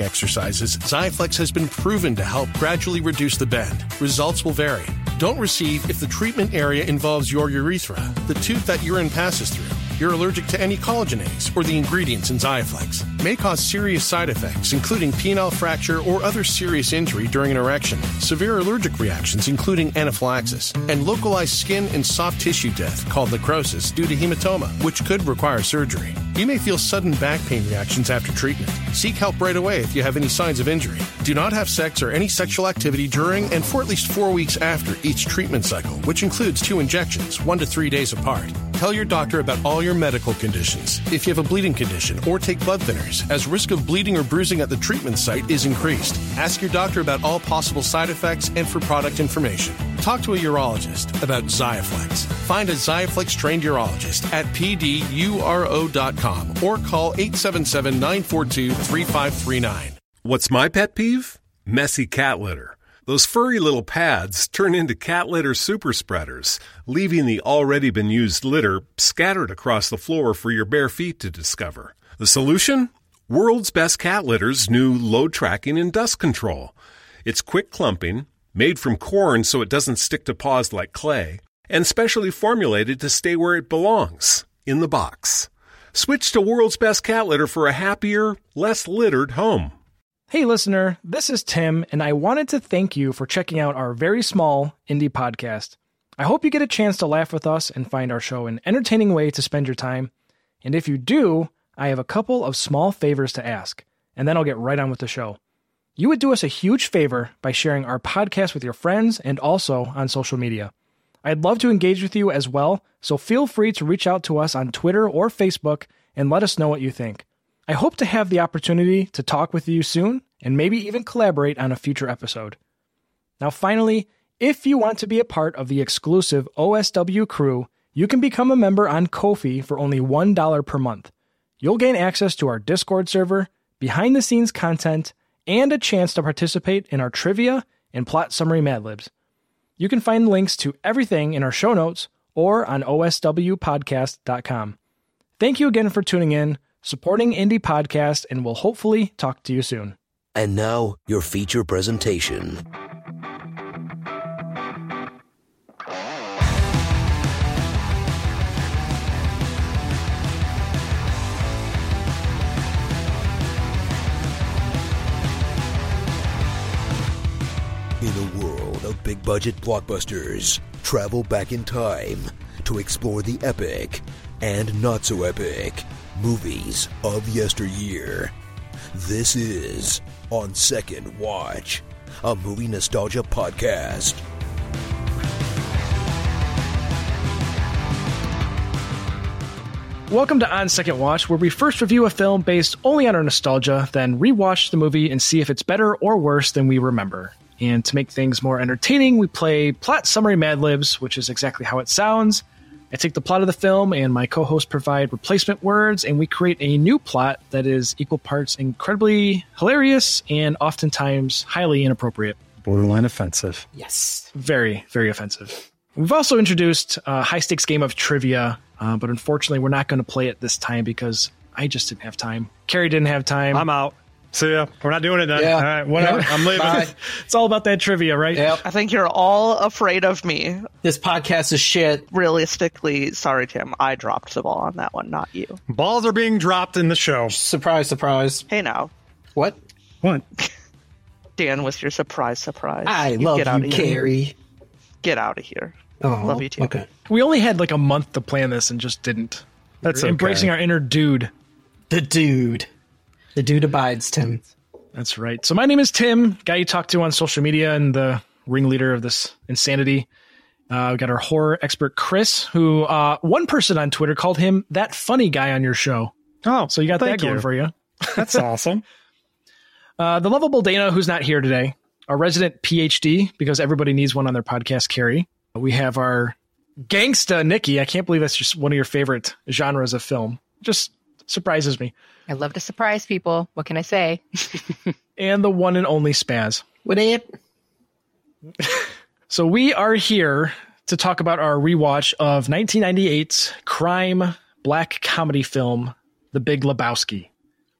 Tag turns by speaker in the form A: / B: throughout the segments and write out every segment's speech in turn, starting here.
A: exercises, Zyflex has been proven to help gradually reduce the bend. Results will vary. Don't receive if the treatment area involves your urethra, the tooth that urine passes through. You're allergic to any collagenase or the ingredients in Zyflex. May cause serious side effects, including penile fracture or other serious injury during an erection, severe allergic reactions, including anaphylaxis, and localized skin and soft tissue death called necrosis due to hematoma, which could require surgery. You may feel sudden back pain reactions after treatment. Seek help right away if you have any signs of injury. Do not have sex or any sexual activity during and for at least four weeks after each treatment cycle, which includes two injections, one to three days apart. Tell your doctor about all your medical conditions. If you have a bleeding condition or take blood thinners, as risk of bleeding or bruising at the treatment site is increased. Ask your doctor about all possible side effects and for product information. Talk to a urologist about Xiaflex. Find a Xiaflex trained urologist at pduro.com or call 877 942 3539.
B: What's my pet peeve? Messy cat litter. Those furry little pads turn into cat litter super spreaders, leaving the already been used litter scattered across the floor for your bare feet to discover. The solution? World's Best Cat Litter's new load tracking and dust control. It's quick clumping, made from corn so it doesn't stick to paws like clay, and specially formulated to stay where it belongs in the box. Switch to World's Best Cat Litter for a happier, less littered home.
C: Hey, listener, this is Tim, and I wanted to thank you for checking out our very small indie podcast. I hope you get a chance to laugh with us and find our show an entertaining way to spend your time. And if you do, I have a couple of small favors to ask, and then I'll get right on with the show. You would do us a huge favor by sharing our podcast with your friends and also on social media. I'd love to engage with you as well, so feel free to reach out to us on Twitter or Facebook and let us know what you think. I hope to have the opportunity to talk with you soon and maybe even collaborate on a future episode. Now, finally, if you want to be a part of the exclusive OSW crew, you can become a member on Kofi for only $1 per month. You'll gain access to our Discord server, behind the scenes content, and a chance to participate in our trivia and plot summary madlibs. You can find links to everything in our show notes or on oswpodcast.com. Thank you again for tuning in, supporting Indie Podcast, and we'll hopefully talk to you soon.
D: And now, your feature presentation. In a world of big budget blockbusters, travel back in time to explore the epic and not so epic movies of yesteryear. This is On Second Watch, a movie nostalgia podcast.
C: Welcome to On Second Watch, where we first review a film based only on our nostalgia, then rewatch the movie and see if it's better or worse than we remember. And to make things more entertaining, we play plot summary Mad Libs, which is exactly how it sounds. I take the plot of the film, and my co hosts provide replacement words, and we create a new plot that is equal parts incredibly hilarious and oftentimes highly inappropriate.
E: borderline offensive.
F: Yes.
C: Very, very offensive. We've also introduced a high stakes game of trivia, uh, but unfortunately, we're not going to play it this time because I just didn't have time. Carrie didn't have time.
G: I'm out. See ya. We're not doing it then.
H: Yeah.
G: All right, whatever.
H: Yep.
G: I'm leaving.
H: Bye.
C: it's all about that trivia, right?
H: Yep.
I: I think you're all afraid of me.
F: This podcast is shit.
I: Realistically, sorry, Tim, I dropped the ball on that one, not you.
G: Balls are being dropped in the show.
F: Surprise, surprise.
I: Hey, now,
F: What?
E: What?
I: Dan, with your surprise, surprise.
F: I love
I: get out
F: you,
I: of here.
F: Carrie.
I: Get out of here.
F: Oh,
I: Love you too.
F: Okay.
C: We only had like a month to plan this and just didn't.
G: That's
C: We're embracing our inner dude.
F: The dude. The dude abides, Tim.
C: That's right. So my name is Tim, guy you talk to on social media and the ringleader of this insanity. Uh, we got our horror expert Chris, who uh, one person on Twitter called him that funny guy on your show.
G: Oh,
C: So you got that
G: thank
C: going
G: you.
C: for you.
G: That's awesome.
C: Uh, the lovable Dana, who's not here today, our resident PhD, because everybody needs one on their podcast, Carrie. We have our gangsta Nikki. I can't believe that's just one of your favorite genres of film. Just surprises me.
E: I love to surprise people. What can I say?
C: And the one and only Spaz.
F: What it?
C: So we are here to talk about our rewatch of 1998's crime black comedy film, The Big Lebowski.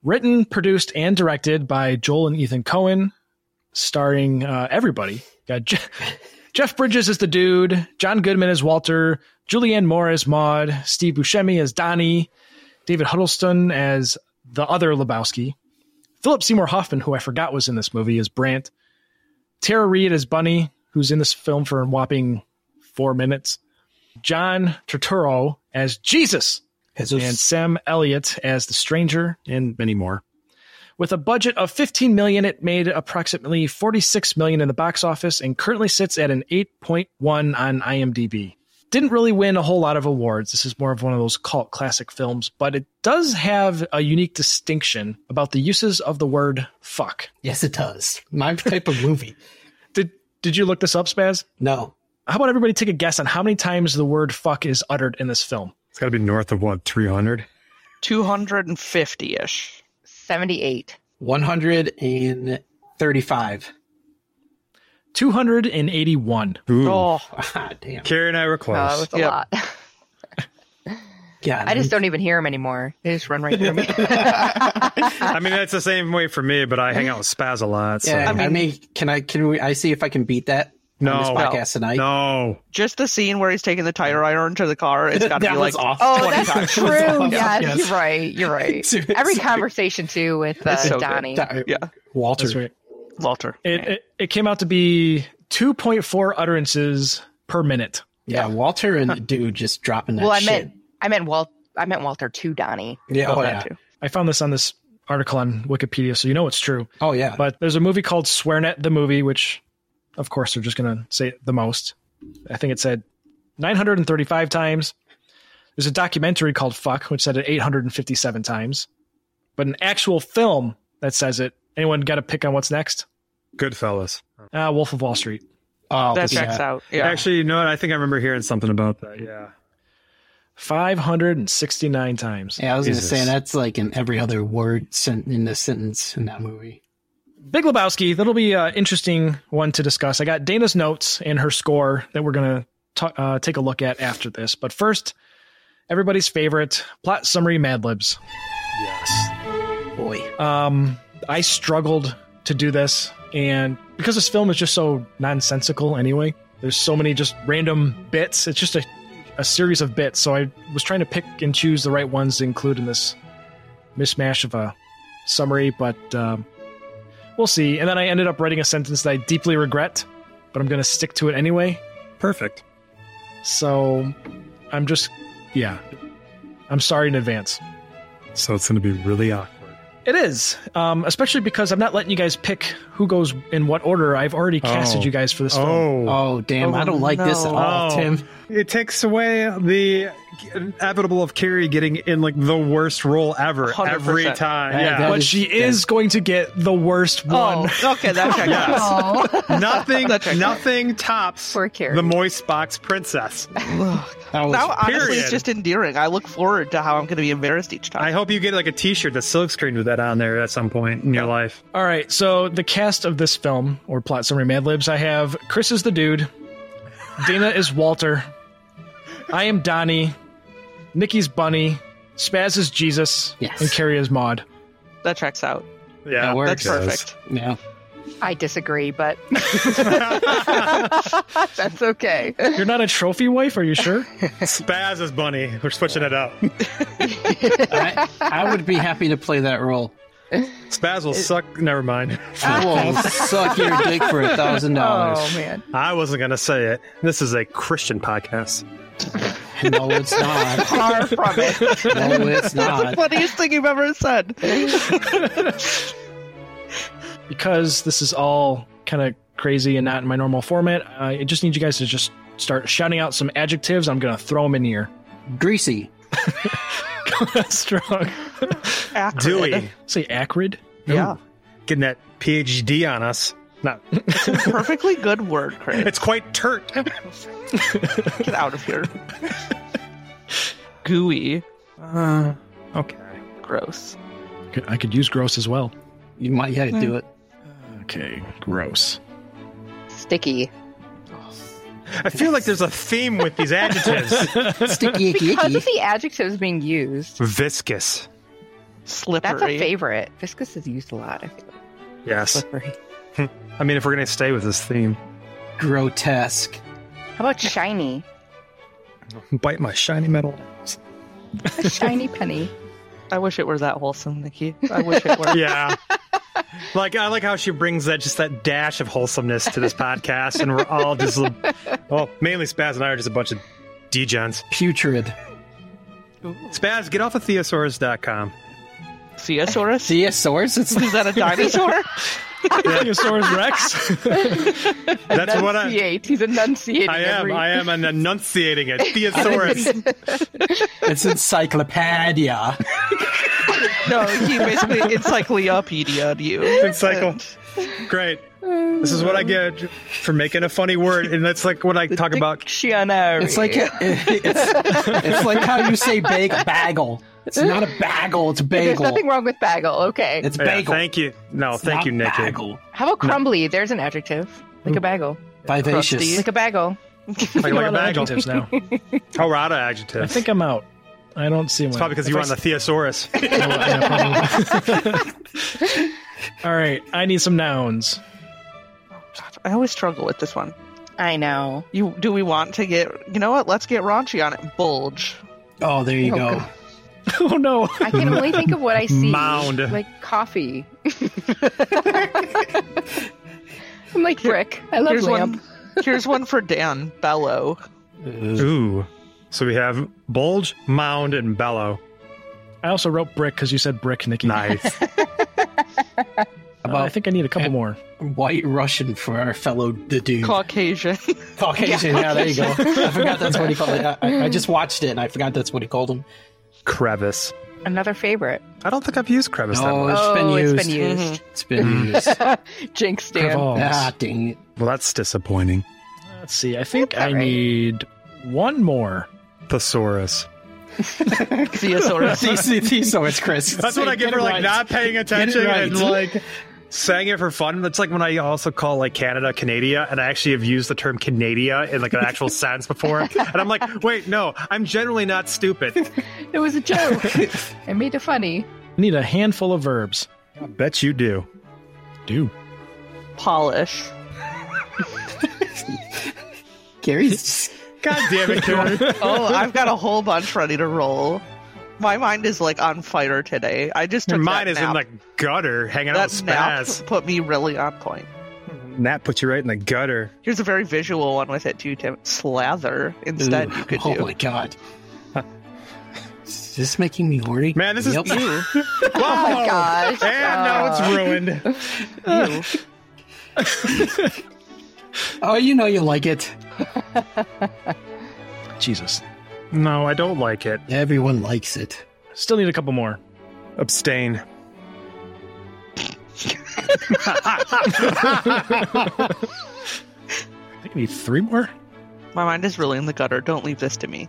C: Written, produced, and directed by Joel and Ethan Cohen, starring uh, everybody. Got Je- Jeff Bridges is the dude, John Goodman is Walter, Julianne Moore as Maud, Steve Buscemi as Donnie, David Huddleston as the other Lebowski, Philip Seymour Hoffman, who I forgot was in this movie, is Brandt, Tara Reid as Bunny, who's in this film for a whopping four minutes. John Turturro as Jesus, and Sam Elliott as the Stranger, and many more. With a budget of 15 million, it made approximately 46 million in the box office and currently sits at an 8.1 on IMDb. Didn't really win a whole lot of awards. This is more of one of those cult classic films, but it does have a unique distinction about the uses of the word fuck.
F: Yes, it does. My type of movie.
C: Did did you look this up, Spaz?
F: No.
C: How about everybody take a guess on how many times the word fuck is uttered in this film?
G: It's got to be north of what, 300?
I: 250 ish.
E: 78.
F: 135.
C: 281.
G: Ooh.
I: Oh,
F: Ah, damn.
G: Carrie and I were close.
E: Oh, that was a
I: Yep.
E: lot.
F: Yeah.
E: I just don't even hear them anymore. They just run right through me.
G: I mean, that's the same way for me, but I hang out with Spaz a lot. So.
F: Yeah, I mean, can I can we, I see if I can beat that
G: no,
F: on this podcast tonight?
G: no.
I: just the scene where he's taking the tire iron to the car. It's got to
F: That
I: be
F: was
I: like
F: awful.
E: Oh,
I: 20
E: that's
I: times.
E: true. Yes,
F: Yes.
E: you're right. You're right.
F: Seriously.
E: Every conversation too with uh,
I: It's so good.
E: Donnie.
F: Di-
I: Yeah.
F: Walter.
C: That's right.
I: Walter.
C: It, it, it came out to be 2.4 utterances per minute.
F: Yeah, Walter and dude just dropping that
E: Well, I
F: shit.
E: meant I meant Walt. I meant Walter to Donnie.
F: yeah, oh,
I: That
F: yeah.
I: too.
C: I found this on this article on Wikipedia, so you know it's true.
F: oh yeah.
C: But there's a movie called Swearnet, the movie, which of course they're just going to say it the most. I think it said 935 times. There's a documentary called Fuck, which said it 857 times. But an actual film that says it, anyone got a pick on what's next?
G: Goodfellas.
C: Ah, Wolf of Wall Street.
F: oh,
I: That
F: yeah.
I: checks out. Yeah.
G: Actually, you know what? I think I remember hearing something about that. Yeah.
C: 569 times.
F: Yeah, I was
G: Jesus.
F: gonna say that's like in every other word sent in the sentence in that movie.
C: Big Lebowski, that'll be an interesting one to discuss. I got Dana's notes and her score that we're going to uh, take a look at after this. But first, everybody's favorite plot summary Mad Libs.
G: Yes.
F: Boy,
C: Um, I struggled to do this, and because this film is just so nonsensical anyway, there's so many just random bits. It's just a, a series of bits. So I was trying to pick and choose the right ones to include in this mishmash of a summary, but um, we'll see. And then I ended up writing a sentence that I deeply regret, but I'm going to stick to it anyway.
G: Perfect.
C: So I'm just, yeah, I'm sorry in advance.
G: So it's going to be really awkward.
C: It is, um, especially because I'm not letting you guys pick who goes in what order. I've already casted
G: Oh.
C: you guys for this film.
G: Oh.
F: oh damn,
I: Oh,
F: I don't like this at
I: no.
F: all,
G: Oh.
F: Tim.
G: It takes away the inevitable of Carrie getting in like the worst role ever
I: 100%.
G: every time.
F: Yeah,
G: Yeah.
F: that-
C: But
F: is-
C: she is going to get the worst one.
I: Oh, okay. That checks out.
E: Oh,
G: nothing
I: That's right.
G: nothing tops
E: Poor Carrie.
G: the moist box princess.
F: That was
I: Now, honestly,
G: Period.
I: it's just endearing. I look forward to how I'm going to be embarrassed each
G: I
I: time.
G: hope you get like a t-shirt that's silk screened with that on there at some point in your life.
C: All right, so the cast of this film, or plot summary Mad Libs, I have Chris is the dude, Dana is Walter, I am Donnie, Nikki's Bunny, Spaz is Jesus,
F: Yes.
C: and Carrie is Maud.
I: that checks out.
G: Yeah.
F: That works.
I: That's
G: Yes.
I: perfect.
F: yeah.
E: I disagree, but that's okay.
C: You're not a trophy wife, are you sure?
G: Spaz is bunny. We're switching it up.
F: I, I would be happy to play that role.
G: Spaz will suck never mind.
F: I will suck your dick for a thousand
E: Oh
F: dollars.
E: man,
G: I wasn't gonna say it. This is a Christian podcast.
I: Oh.
F: No, it's not.
I: Far from it.
F: No, it's
I: That's the
F: not.
I: funniest thing you've ever said.
C: because this is all kind of crazy and not in my normal format, Uh, I I just need you guys to just start shouting out some adjectives. I'm going to throw them in here.
F: Greasy.
C: Strong.
I: Accurate.
G: Dewey.
C: Say acrid.
I: Yeah.
G: getting that PhD on us. Not,
I: Perfectly good word, Chris.
G: it's quite turt.
I: Get out of here. Gooey.
G: Uh, okay.
I: Gross.
C: Could- I could use gross as well.
F: You might have to do it.
C: Okay, gross.
E: Sticky.
G: I feel like there's a theme with these adjectives.
F: Sticky icky
E: Because
F: icky.
E: of the adjectives being used,
G: Viscous.
I: Slippery.
E: that's a favorite. Viscous is used a lot. I feel.
G: Yes.
E: Slippery.
G: I mean, if we're gonna stay with this theme,
F: Grotesque.
E: How about shiny?
G: bite my shiny metal.
E: A shiny penny.
I: I wish it were that wholesome, Nikki. I wish it were.
G: Yeah. Like I like how she brings that just that dash of wholesomeness to this podcast, and we're all just well, mainly Spaz and I are just a bunch of degens.
F: Putrid.
G: Spaz, get off of theosaurus.com.
I: Theosaurus?
F: Theosaurus? It's
I: Is that a dinosaur?
C: Theosaurus Rex.
G: That's what I
E: Enunciate. He's enunciating.
G: I am.
E: every-
G: I am an enunciating it. Theosaurus.
F: it's encyclopedia.
I: no, he basically encyclopedia you.
G: Encycl- Great. This is what I get for making a funny word, and that's like what I talk about.
I: Dictionary.
F: It's like it's, it's like how you say bag bagel. It's not a bagel. It's
E: There's
F: bagel.
E: nothing wrong with bagel. Okay.
F: It's
G: Yeah,
F: bagel.
G: thank you. No,
F: It's
G: thank
F: not
G: you, Nikki.
F: Bagel.
E: How about crumbly? There's an adjective. Like a bagel.
F: Vivacious.
E: Like a bagel.
G: Like, like a bagel.
C: Adjectives now.
G: How are out of
C: I
G: adjectives?
C: think I'm out. I don't see one.
G: it's probably because you were on the thesaurus.
C: All right, I need some nouns.
I: I always struggle with this one.
E: I know.
I: You do we want to get you know what? Let's get raunchy on it. Bulge.
F: Oh, there you
E: Oh,
F: go.
E: God.
C: Oh no.
E: I can only think of what I see.
G: Mound.
E: Like coffee. I'm like brick. I love
I: Here's
E: lamp.
I: one here's one for Dan. Bellow.
G: Ooh. So we have bulge, mound, and bellow.
C: I also wrote brick because you said brick, Nikki.
G: Nice.
C: Uh, I think I need a couple more.
F: White Russian for our fellow the dude.
I: Caucasian.
F: Caucasian. Yeah, there you go. I forgot that's what he called it. I, I- I just watched it and I forgot that's what he called him.
G: crevice.
E: Another favorite.
G: I don't think I've used crevice that
F: No,
G: much.
F: it's
E: oh,
F: been used.
E: it's been used.
F: It's been
G: Mm-hmm.
F: used.
E: Jinx Dan.
C: Crevolles.
F: ah, dang it.
G: Well, that's disappointing.
C: Let's see. I think
E: That's
C: I
E: all right.
C: need one more.
G: Thesaurus.
I: Theosaurus.
F: DC, so it's Chris.
G: That's what I give
F: Get
G: for
F: it
G: like
F: right.
G: not paying attention
F: right.
G: and like saying it for fun. That's like when I also call like Canada Canada, and I actually have used the term Canada in like an actual sentence before. And I'm like, wait, no, I'm generally not stupid.
E: It was a joke. I made it funny.
C: I need a handful of verbs.
G: I bet you do.
C: Do.
I: Polish.
F: Gary's.
G: God damn it, Karen.
I: Oh, I've got a whole bunch ready to roll. My mind is like on fire today. I just took
G: Mine
I: that
G: is
I: nap.
G: in the gutter, hanging out
I: that
G: with
I: nap
G: Spaz.
I: put me really on point.
G: Nat put you right in the gutter.
I: Here's a very visual one with it too, Tim. Slather instead
F: Ooh,
I: you could
F: oh
I: do.
F: my god. Is this making me horny?
G: Man, this is
F: Yep.
G: Whoa.
E: Oh my gosh.
G: And now it's ruined.
F: Oh, you know you like it.
C: Jesus.
G: No, I don't like it.
F: Everyone likes it.
C: Still need a couple more.
G: Abstain.
C: I think I need three more.
I: My mind is really in the gutter. Don't leave this to me.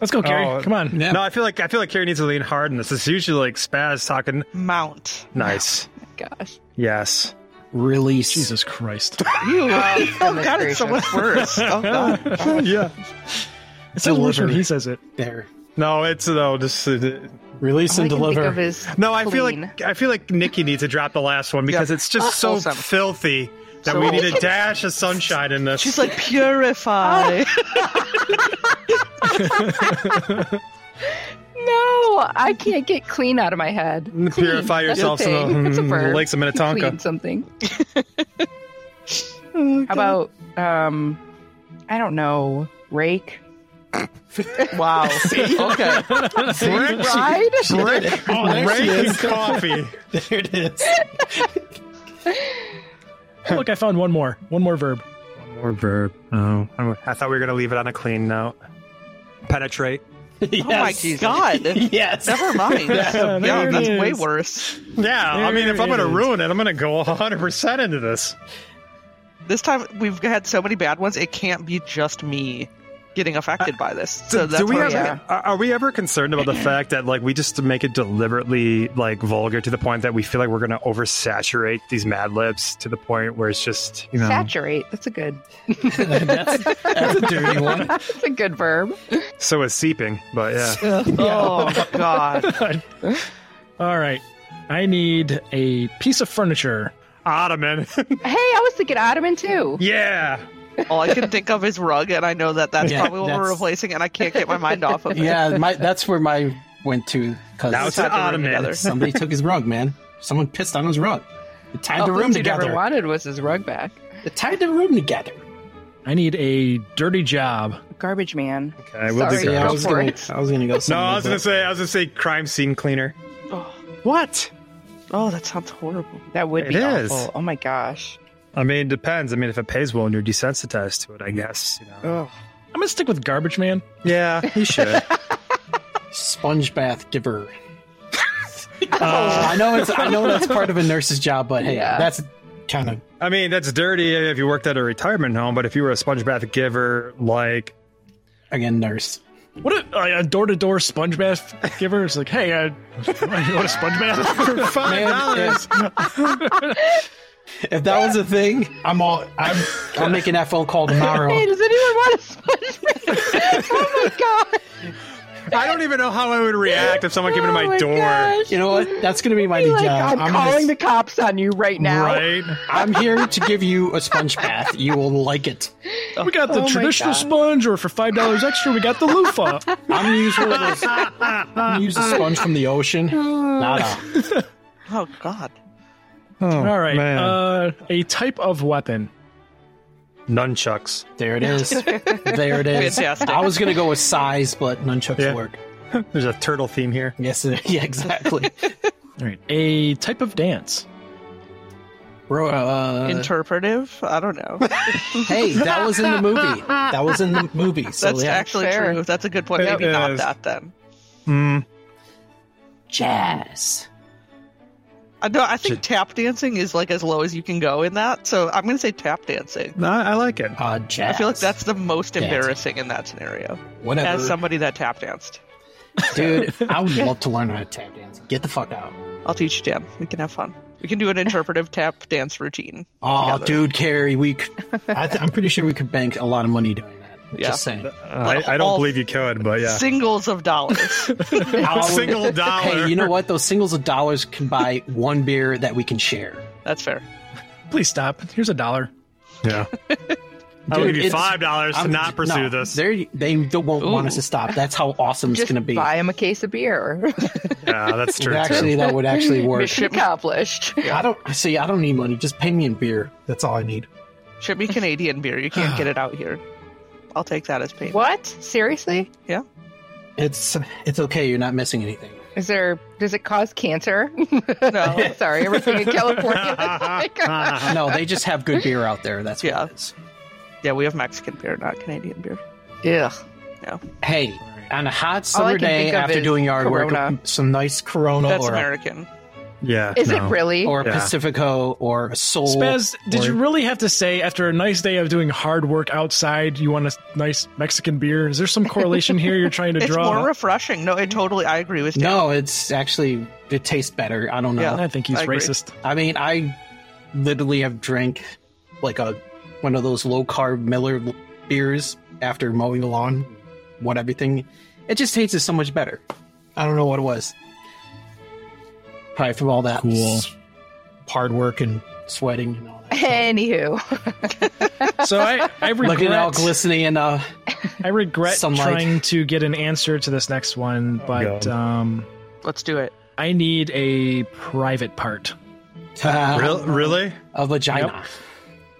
C: Let's go, Carrie.
G: Oh.
C: Come on.
F: Yeah.
G: No, I feel like I feel like Carrie needs to lean hard in this. It's usually like Spaz talking
I: Mount.
G: nice.
E: Gosh.
G: Yes.
F: Release.
C: Jesus Christ.
I: You. oh
E: goodness
I: god, it's so much
E: gracious.
I: worse. Oh god.
G: yeah.
C: It's so worse when
F: Deliver.
C: he says it.
F: There.
G: No, it's no just uh,
F: Release
E: All I
F: and
E: can think of
F: deliver.
E: is
G: no. I feel
E: clean.
G: like I feel like Nikki needs to drop the last one because
I: Yeah.
G: it's just so
I: Wholesome.
G: filthy that
I: So
G: we need a
I: wholesome.
G: dash of sunshine in this.
I: She's like purify.
E: No, I can't get clean out of my head. Clean,
G: Purify
E: that's a
G: yourself
E: thing.
G: some
E: That's a verb.
G: lakes of
E: Clean
G: Minnetonka.
E: something. How about um, I don't know, rake,
I: wow. Okay.
G: Brick,
E: ride.
G: brick,
F: she
G: rake and
F: is.
G: coffee.
F: There it is.
C: Oh, look, I found one more. One more verb.
G: Or verb. Oh, I thought we were gonna leave it on a clean note. Penetrate.
F: yes.
I: Oh my god.
F: Yes.
I: Never mind.
C: Yeah, there
I: yeah,
C: it
I: that's way
C: is.
I: worse.
G: Yeah, I mean, if I'm gonna
C: There it is.
G: ruin it, I'm gonna go 100 percent into this.
I: This time we've had so many bad ones, it can't be just me getting affected by this. So that's
G: do we
I: where
G: ever,
I: I'm
E: yeah.
I: at.
G: are are we ever concerned about the fact that like we just make it deliberately like vulgar to the point that we feel like we're gonna oversaturate these Mad Libs to the point where it's just you know
E: Saturate. That's a good.
F: that's, that's a dirty one.
E: That's a good verb.
G: so it's seeping. But yeah,
I: Oh god.
C: All right. I need a piece of furniture.
G: ottoman.
E: Hey, I was thinking ottoman too.
G: yeah,
I: All I can think of is rug, and I know that that's
F: Yeah,
I: probably what we're
F: that's-
I: replacing, and I can't get my mind off of it.
F: Yeah, my, that's where my went to
G: now it's
F: because
I: Tied the
G: an
I: room
G: ottoman.
I: together.
F: somebody took his rug, man. Someone pissed on his rug. It tied the
E: All
F: room
E: Flinty never
F: together.
E: wanted was his rug back.
F: It tied the room together.
C: I need a dirty job.
E: Garbage man.
G: Okay, we'll
E: Sorry.
G: do
E: Yeah,
G: that.
E: go
F: I was
E: for
F: gonna,
E: it.
F: I was gonna go.
G: No,
F: somewhere,
G: I was gonna
F: but-
G: say I was gonna say crime scene cleaner.
I: What? Oh, that sounds horrible.
E: That would
G: It
E: be
G: is.
E: awful. Oh my gosh.
G: I mean, it depends. I mean, if it pays well and you're desensitized to it, I guess. You know.
E: Oh,
C: I'm going to stick with garbage man.
G: Yeah, you should.
F: sponge bath giver. I know it's I know that's part of a nurse's job, but hey,
E: Yeah.
F: that's kind of
G: I mean, that's dirty if you worked at a retirement home, but if you were a sponge bath giver, like
F: again nurse.
C: What a, like, a door-to-door sponge bath giver is like, hey, uh, you want a sponge bath?
G: for five
F: Man,
G: dollars,
F: If that was a thing, I'm all I'm I'm making that phone call
E: Hey,
F: tomorrow.
E: does anyone want a SpongeBob? oh my god!
G: I don't even know how I would react if someone came to
E: oh
G: my, door.
E: Gosh.
F: You know what? That's gonna be my new
E: Like,
F: job.
E: I'm,
F: gonna-
E: calling the cops on you right now.
G: Right?
F: I'm here to give you a sponge bath. You will like it.
C: we got the
E: Oh my
C: traditional
E: God.
C: sponge, or for $5 extra, we got the loofah.
F: I'm gonna use one of those. I'm gonna use a sponge from the ocean. Nada.
I: Oh god.
G: Oh,
C: All right. Uh, a type of weapon.
G: Nunchucks.
F: There it is. There it is.
I: Fantastic.
F: I was gonna go with size, but nunchucks
G: Yeah.
F: work.
G: There's a turtle theme here.
F: Yes. it- Yeah. Exactly.
C: All right. A type of dance.
F: Bro, uh,
I: Interpretive? I don't know.
F: Hey, that was in the movie. That was in the movie. So
I: That's
F: yeah,
I: actually
E: Fair.
I: true. That's a good point.
G: It
I: Maybe not
G: is.
I: that then.
G: Mm.
F: jazz.
I: I know. I think
G: Should-
I: tap dancing is like as low as you can go in that. So I'm going to say tap dancing.
G: No, I I like it.
F: Uh, jazz.
I: I feel like that's the most
F: Dancing.
I: embarrassing in that scenario.
F: whatever,
I: As somebody that tap danced,
F: dude. I would love to learn how to tap dance. Get the fuck out.
I: I'll teach you, Dan. We can have fun. We can do an interpretive tap dance routine.
F: Oh,
I: Together.
F: dude, Carrie, we. c- I th- I'm pretty sure we could bank a lot of money doing that.
I: Yeah.
F: Just saying.
G: I, I don't
I: all-
G: believe you could, but yeah.
I: Singles of dollars.
F: I would-
G: Single dollar.
F: Hey, you know what? Those singles of dollars can buy one beer that we can share.
I: That's fair.
C: Please stop. Here's a dollar.
G: Yeah. I
F: Dude,
G: will give you
F: it's-
G: five dollars to
F: I'm-
G: not
F: no,
G: pursue this.
F: they're- They don't won't want
I: Ooh.
F: us to stop. That's how awesome it's
E: Just
F: going to be.
E: buy him a case of beer.
G: Yeah, that's true.
F: Actually, that would actually work.
E: Mission accomplished.
F: I don't see. I don't need money. Just pay me in beer. That's all I need.
I: Ship me Canadian beer. You can't get it out here. I'll take that as payment.
E: What? Seriously?
F: It's it's okay. You're not missing anything.
E: Is there? Does it cause cancer? no. Sorry, everything in California. Oh Like,
F: No, they just have good beer out there. That's
I: Yeah.
F: what it is.
I: Yeah, we have Mexican beer, not Canadian beer.
E: Ugh.
F: Hey, on a hot summer
E: can
F: day
E: think of
F: after
E: is
F: doing yard
E: Corona.
F: work, some nice Corona
I: That's
F: or, a-
I: American.
G: Yeah.
E: Is
G: no.
E: it really?
F: or a
G: Yeah.
F: Pacifico or a
I: Oh,
F: Soul.
C: Spaz, did
F: or-
C: you really have to say after a nice day of doing hard work outside, you want a nice Mexican beer? Is there some correlation here you're trying to
I: It's
C: draw?
I: more refreshing. No, it totally. I agree with you.
F: No, it's actually it tastes better. I don't know.
I: Yeah.
C: I think he's
I: I agree.
C: racist.
F: I mean, I literally have drank like a one of those low carb Miller l- beers after mowing the lawn, what everything. It just tastes so much better. I don't know what it was. Probably from all that
C: Cool.
F: s- hard work and sweating and all that.
E: Anywho,
C: So I, I
F: Looking all
C: regret,
F: glistening and uh,
C: I regret
F: sunlight.
C: trying to get an answer to this next one, but
G: Oh, God.
C: um,
I: Let's do it.
C: I need a private part.
G: Real- really?
F: Uh, a vagina,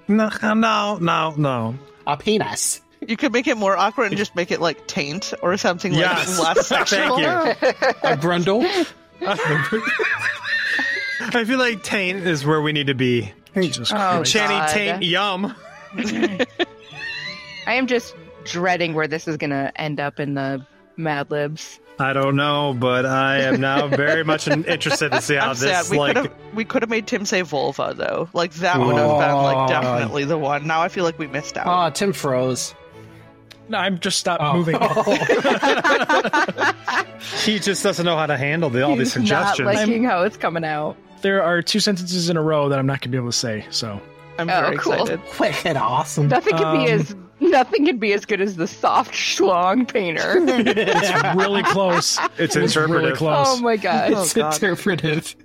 G: No, no, no, no.
F: a penis.
I: You could make it more awkward and just make it like taint or something
G: Yes.
I: like less sexual.
G: Thank you.
F: A brundle.
G: I feel like taint is where we need to be. uh,
C: Jesus
E: oh,
C: Christ.
G: Channy
E: God.
G: taint yum.
E: I am just dreading where this is going to end up in the Mad Libs.
G: I don't know, but I am now very much in- interested to see how
I: I'm sad.
G: this
I: We
G: like.
I: could have we could have made Tim say vulva though. Like that would have been
F: Oh.
I: like definitely the one. Now I feel like we missed out.
F: Oh, Tim froze.
C: No, I'm just stopped
G: oh.
C: moving.
G: He just doesn't know how to handle the, all these
E: He's not
G: suggestions.
E: liking how it's coming out.
C: there are two sentences in a row that I'm not going to be able to say. So
I: I'm
E: Oh,
I: very
E: cool.
I: excited.
F: Quick and awesome.
E: Nothing can be
C: Um,
E: as nothing can be as good as the soft schlong painter.
C: it's really close.
G: it's
C: It's really
G: interpretive.
C: close.
E: oh my god.
I: Oh,
F: it's
I: God.
F: interpretive.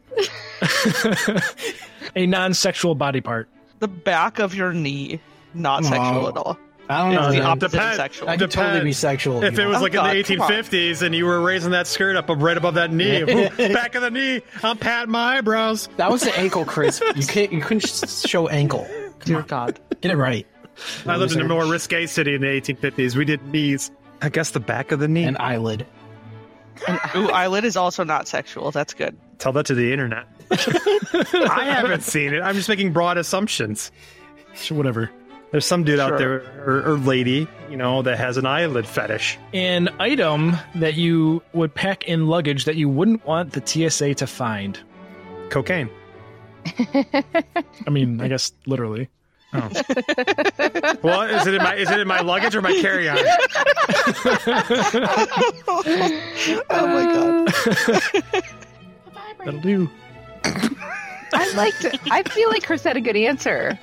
C: a non-sexual body part.
I: The back of your knee, not sexual
F: Oh.
I: at all.
F: I don't know.
G: It's the
F: man.
G: opposite
F: I
G: of
F: could
I: sexual.
F: totally be
G: Depends.
F: sexual.
G: Uh, if it was
I: Oh,
G: like
I: God,
G: in the
I: come on.
G: 1850s and you were raising that skirt up right above that knee, ooh, back of the knee, I'm patting my eyebrows.
F: that was the ankle crisp. You can't. You couldn't sh- show ankle.
I: Dear God.
F: Get it right.
G: I lived in a more risque city in the 1850s. We did knees. I guess the back of the knee.
F: An eyelid.
I: Ooh, eyelid is also not sexual. That's good.
G: Tell that to the internet. I haven't seen it. I'm just making broad assumptions.
C: So whatever.
G: There's some dude out
I: Sure.
G: there or, or lady, you know, that has an eyelid fetish.
C: An item that you would pack in luggage that you wouldn't want the TSA to find.
G: Cocaine.
C: I mean, I guess literally.
G: Well, is it in my is it in my luggage or my carry on?
I: Oh my God.
C: That'll do.
E: I liked it. I feel like Chris had a good answer.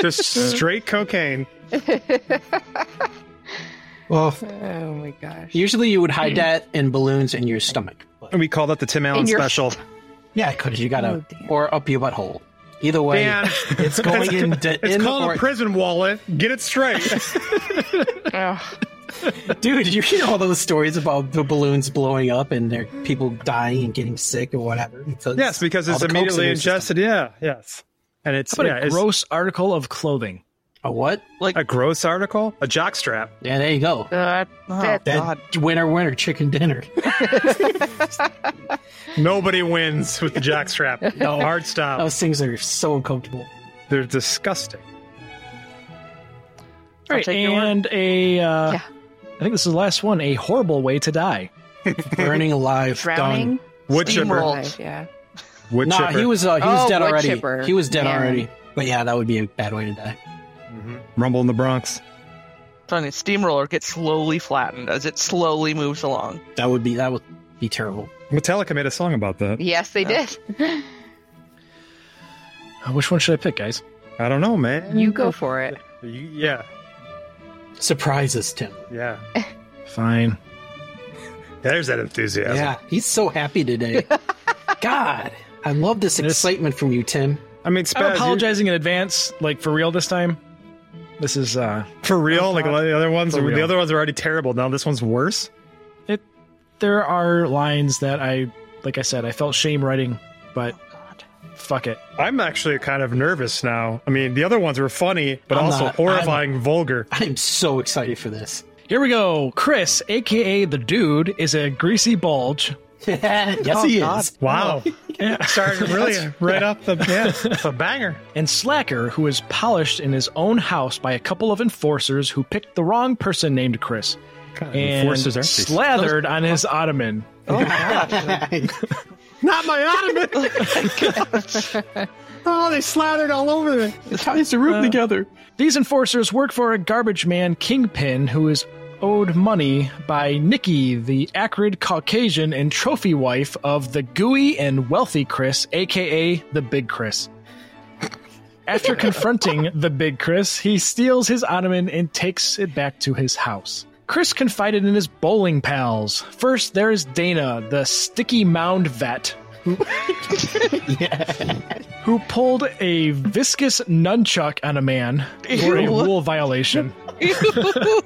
G: Just straight cocaine.
F: Well,
E: Oh my gosh.
F: usually you would hide that in balloons in your stomach. But
G: And we call that the Tim Allen
E: In your-
G: special.
F: yeah, because you gotta
E: Oh, damn.
F: or up your butthole. Either way,
G: Dan,
F: it's going in. d-
G: It's
F: in
G: called
F: or-
G: a prison wallet. Get it straight.
E: Ugh.
F: Dude, you hear all those stories about the balloons blowing up and there people dying and getting sick or whatever.
G: yes, because
F: all
G: it's
F: the coke's in
G: immediately
F: your system.
G: ingested. Yeah, yes. And it's,
C: But
G: yeah,
C: a
G: it's
C: gross article of clothing.
F: A what?
I: Like,
G: a gross article, a jockstrap.
F: Yeah, there you go.
I: uh, oh
F: That
I: God.
F: winner, winner, chicken dinner.
G: Nobody wins with the jockstrap. no. Hard stop.
F: Those things are so uncomfortable.
G: They're disgusting.
C: All right,
I: take your word.
C: and a. Uh,
E: Yeah.
C: I think this is the last one. A horrible way to die.
F: Burning alive,
E: Drowning.
F: done.
G: Wood
I: Steam
G: chipper.
I: roll.
E: Alive, yeah.
G: Wood
F: Nah,
G: chipper.
F: he was uh, he was
E: Oh,
F: dead
E: wood
F: already.
E: chipper.
F: He was dead
E: Yeah.
F: already. But yeah, that would be a bad way to die.
G: Mm-hmm. Rumble in the Bronx.
I: Tony, steamroller gets slowly flattened as it slowly moves along.
F: That would be that would be terrible.
G: Metallica made a song about that.
E: Yes, they did.
C: Uh, Which one should I pick, guys?
G: I don't know, man.
E: You go for it.
G: You- yeah,
F: Surprises Tim.
G: yeah.
C: Fine.
G: There's that enthusiasm.
F: Yeah, he's so happy today. God, I love this excitement from you, Tim.
G: I mean,
C: I'm
G: Spaz, you-
C: apologizing in advance, like for real this time. This is uh
G: for real. Like the other ones,
C: For
G: the
C: real.
G: other ones are already terrible. Now this one's worse.
C: there are lines that I like I said, I felt shame writing,
I: Oh,
C: but fuck it.
G: I'm actually kind of nervous now. I mean, the other ones were funny, but
F: I'm
G: also
F: not-
G: horrifying, vulgar.
F: I'm so excited for this.
C: Here we go. Chris, aka the dude, is a greasy bulge. Oh,
F: yes, he is.
G: Wow,
C: Yeah.
G: started really right up the yeah, the banger.
C: and Slacker, who is polished in his own house by a couple of enforcers who picked the wrong person named Chris. And
G: enforcers aren't these-
C: slathered on his ottoman.
G: Not my ottoman. oh, they slathered all over it.
F: ties the room together.
C: Uh, These enforcers work for a garbage man kingpin who is owed money by Nikki, the acrid Caucasian and trophy wife of the gooey and wealthy Chris, aka the Big Chris. After confronting the Big Chris, he steals his ottoman and takes it back to his house. Chris confided in his bowling pals. First, there is Dana, the sticky mound vet, who pulled a viscous nunchuck on a man for a
I: Ew.
C: rule violation.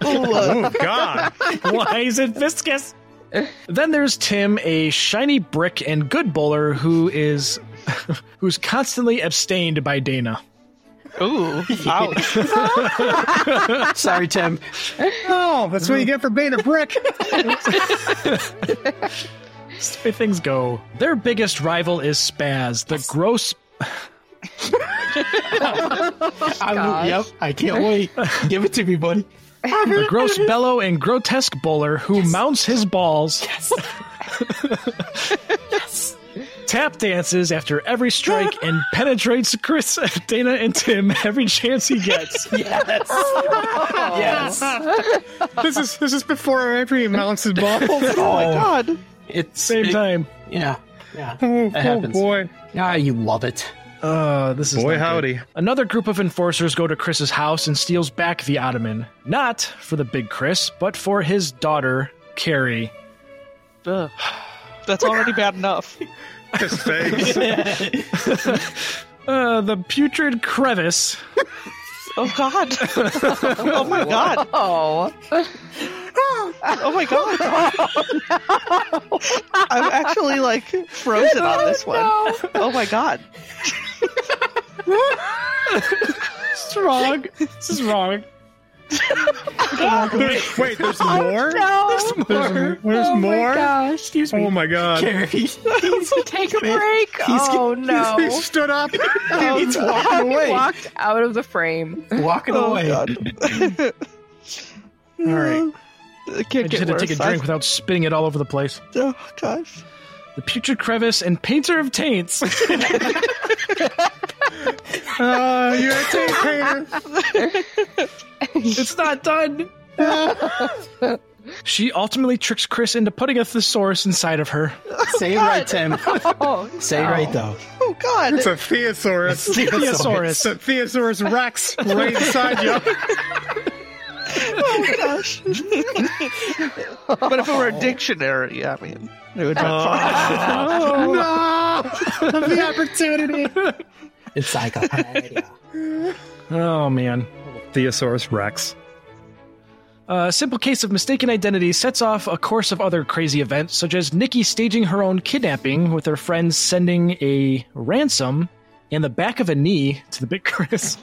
G: Oh God.
C: Why is it viscous? Then there's Tim, a shiny brick and good bowler who is who's constantly abstained by Dana.
I: Ooh, ouch.
F: Sorry, Tim.
G: Oh, that's what you get for being a brick.
C: That's the way things go. Their biggest rival is Spaz, the gross
F: I'm, yep, I can't wait. Give it to me, buddy.
C: the gross bellow and grotesque bowler who mounts his balls. Tap dances after every strike and penetrates Chris, Dana, and Tim every chance he gets.
F: Yes. yes.
H: this is this is before every amounts of balls.
I: Oh my god.
F: It's
C: Same
F: it-
C: time.
F: Yeah. Yeah.
H: Oh,
F: That happens.
H: boy,
F: Ah, you love it.
C: Uh, this is not
G: Boy
C: good.
G: howdy.
C: Another group of enforcers go to Chris's house and steals back the ottoman, not for the big Chris, but for his daughter Carrie.
I: Ugh. That's already bad enough.
G: Just thanks.
C: Uh, the putrid crevice
I: Oh god. oh my god.
E: Oh,
I: Oh my god. I'm actually like frozen on this one. Oh my god.
C: It's wrong. This is wrong.
H: There's- wait, there's
C: Oh,
H: more. There's,
G: Oh
H: there's more.
F: Excuse
H: oh my god!
F: Carrie.
E: Take a break. oh no. Oh,
H: He stood up.
E: He's
F: walking away.
E: walked out of the frame.
F: Walking away.
C: All right.
I: I
C: I
I: can't
C: just had
I: get
C: to
I: worse.
C: take a drink without spitting it all over the place.
I: I- oh gosh.
C: The putrid crevice and painter of taints.
H: Oh, you're a tape painter.
C: it's not done. she ultimately tricks Chris into putting a thesaurus inside of her.
F: Say it right, Tim.
E: Oh,
F: Say it right, though.
I: Oh god.
H: It's a theosaurus. It's
C: Thesaurus.
H: a theosaurus rex right inside you.
I: oh gosh. but if it were a dictionary, I mean, Uh, it would not
H: no, the opportunity.
F: Encyclopedia.
C: Oh man.
G: Theosaurus Rex.
C: A simple case of mistaken identity sets off a course of other crazy events, such as Nikki staging her own kidnapping with her friends sending a ransom and the back of a knee to the big Chris.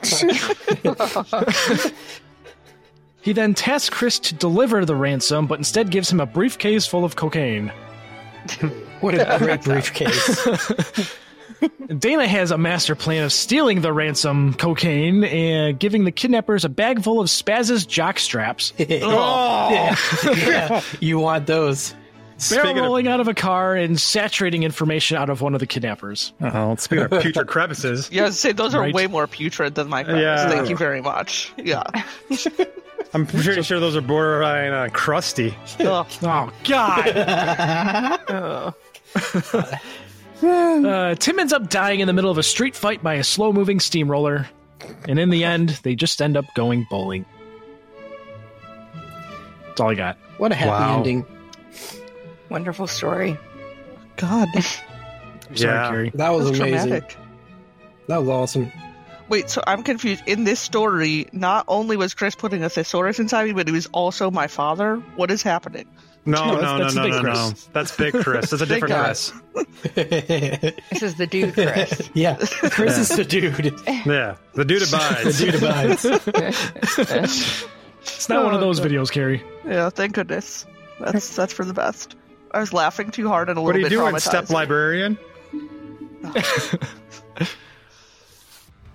C: he then tasks Chris to deliver the ransom, but instead gives him a briefcase full of cocaine.
F: What a great briefcase.
C: Dana has a master plan of stealing the ransom cocaine and giving the kidnappers a bag full of Spaz's jock straps.
H: Oh.
F: Yeah. Yeah. You want those.
C: barrel
G: Oh. Speaking of-
C: rolling out of a car and saturating information out of one of the kidnappers.
G: Oh, speaking of future crevices,
I: Yeah, I was gonna say those are
C: Right.
I: way more putrid than my friends.
G: Yeah.
I: Thank you very much. Yeah.
G: I'm pretty sure those are borderline uh, crusty.
I: Ugh.
C: Oh God! uh, Tim ends up dying in the middle of a street fight by a slow-moving steamroller, and in the end, they just end up going bowling. That's all I got.
F: What a happy
G: Wow.
F: ending.
E: Wonderful story.
I: God,
C: I'm sorry,
G: Yeah.
C: Carrie.
F: That was
I: that's
F: amazing.
I: traumatic.
F: That was awesome.
I: Wait, so I'm confused. In this story, not only was Chris putting a thesaurus inside me, but he was also my father. What is happening?
G: No,
C: No,
G: no, no,
C: that's- that's
G: no,
C: Big
G: no, no.
C: Chris.
G: That's Big Chris. That's a
I: Big
G: different
I: guy.
G: Chris.
F: yeah.
E: This is the dude, Chris.
F: Chris is the dude.
G: Yeah, the dude abides.
F: Dude abides.
C: It's not one of those videos, Carrie.
I: Yeah, thank goodness. That's that's for the best. I was laughing too hard and a
G: what are
I: little
G: you
I: bit
G: doing,
I: traumatized.
G: step librarian?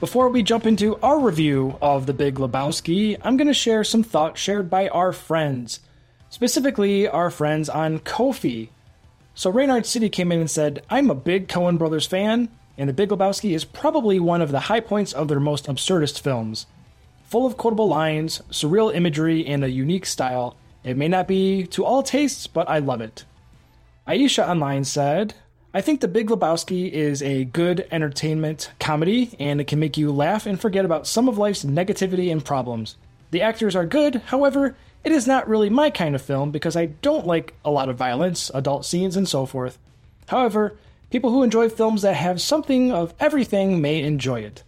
C: Before we jump into our review of The Big Lebowski, I'm going to share some thoughts shared by our friends, specifically our friends on Kofi. So Raynard City came in and said, I'm a big Coen Brothers fan, and The Big Lebowski is probably one of the high points of their most absurdist films. Full of quotable lines, surreal imagery, and a unique style. It may not be to all tastes, but I love it. Aisha Online said, I think The Big Lebowski is a good entertainment comedy, and it can make you laugh and forget about some of life's negativity and problems. The actors are good, however, it is not really my kind of film because I don't like a lot of violence, adult scenes, and so forth. However, people who enjoy films that have something of everything may enjoy it.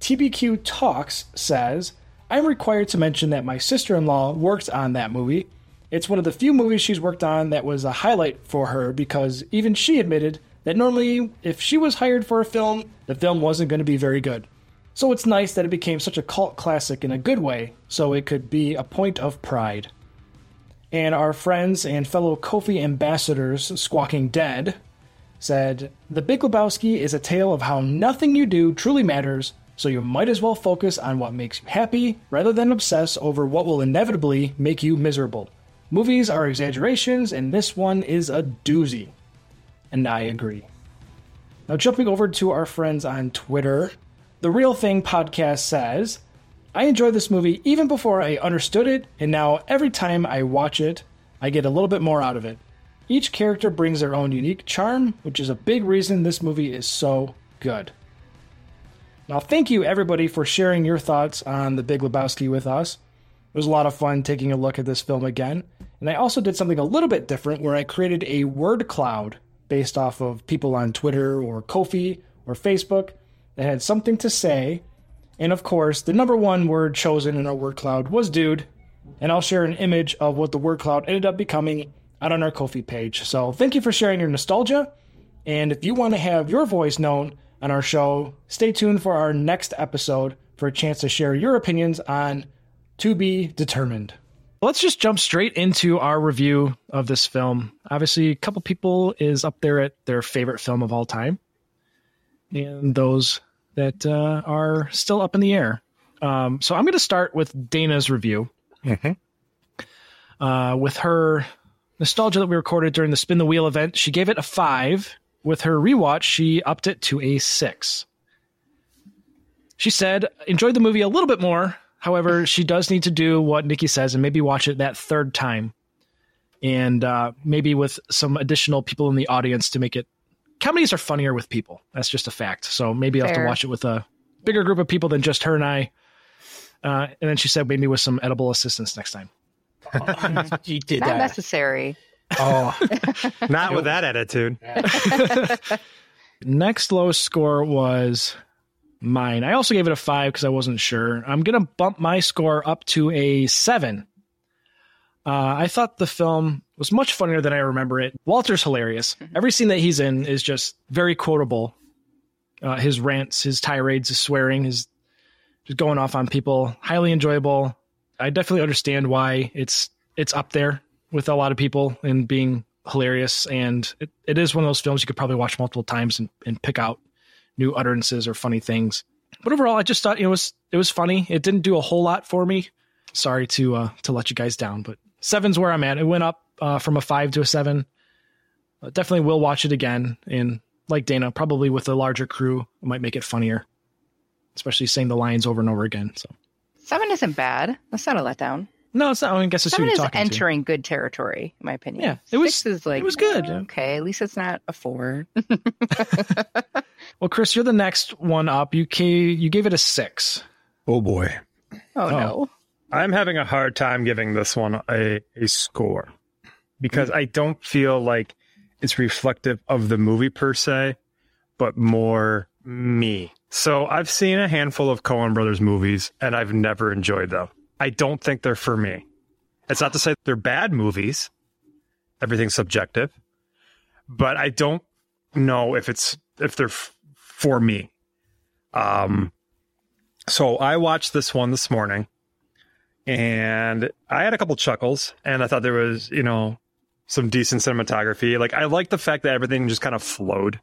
C: TBQ Talks says, I'm required to mention that my sister in law worked on that movie. It's one of the few movies she's worked on that was a highlight for her because even she admitted that normally, if she was hired for a film, the film wasn't going to be very good. So it's nice that it became such a cult classic in a good way, so it could be a point of pride. And our friends and fellow Kofi ambassadors, Squawking Dead, said The Big Lebowski is a tale of how nothing you do truly matters, so you might as well focus on what makes you happy rather than obsess over what will inevitably make you miserable. Movies are exaggerations, and this one is a doozy. And I agree. Now, jumping over to our friends on Twitter, The Real Thing Podcast says, I enjoyed this movie even before I understood it, and now every time I watch it, I get a little bit more out of it. Each character brings their own unique charm, which is a big reason this movie is so good. Now, thank you everybody for sharing your thoughts on The Big Lebowski with us. It was a lot of fun taking a look at this film again. And I also did something a little bit different where I created a word cloud based off of people on Twitter or Kofi or Facebook that had something to say. And of course, the number one word chosen in our word cloud was dude. And I'll share an image of what the word cloud ended up becoming out on our Kofi page. So thank you for sharing your nostalgia. And if you want to have your voice known on our show, stay tuned for our next episode for a chance to share your opinions on to be determined. Let's just jump straight into our review of this film. Obviously, a couple people is up there at their favorite film of all time, and those that uh, are still up in the air. Um, so I'm going to start with Dana's review. Uh, with her nostalgia that we recorded during the Spin the Wheel event, she gave it a five. With her rewatch, she upped it to a six. She said, enjoyed the movie a little bit more. However, she does need to do what Nikki says and maybe watch it that third time. And uh, maybe with some additional people in the audience to make it. Comedies are funnier with people. That's just a fact. So maybe I'll have to
J: Fair.
C: watch it with a bigger group of people than just her and I. Uh, and then she said, maybe with some edible assistance next time.
F: you
E: Not necessary.
F: Oh,
G: not with that attitude.
C: Next lowest score was mine. I also gave it a five because I wasn't sure. I'm gonna bump my score up to a seven. Uh, I thought the film was much funnier than I remember it. Walter's hilarious. Every scene that he's in is just very quotable. Uh, his rants, his tirades, his swearing, his just going off on people. Highly enjoyable. I definitely understand why it's it's up there with a lot of people and being hilarious. And it, it is one of those films you could probably watch multiple times and, and pick out new utterances or funny things. But overall, I just thought it was it was funny. It didn't do a whole lot for me. Sorry to uh, to let you guys down, but seven's where I'm at. It went up uh, from a five to a seven. Uh, definitely will watch it again, and like Dana, probably with a larger crew, it might make it funnier, especially saying the lines over and over again. So
E: Seven isn't bad. That's not a letdown.
C: no, it's not. I guess it's who
E: Seven
C: you're
E: is
C: talking to.
E: entering good territory, in my opinion.
C: Yeah, it was-
E: Six is like
C: it was good.
E: eh, Okay, at least it's not a four. Oh,
C: Well, Chris, you're the next one up. You ca- you gave it a six.
G: Oh boy.
E: Oh, no.
G: I'm having a hard time giving this one a, a score because I don't feel like it's reflective of the movie per se, but more me. So I've seen a handful of Coen Brothers movies and I've never enjoyed them. I don't think they're for me. It's not to say they're bad movies, everything's subjective, but I don't know if it's if they're f- for me. Um, so I watched this one this morning and I had a couple chuckles, and I thought there was, you know, some decent cinematography. Like I liked the fact that everything just kind of flowed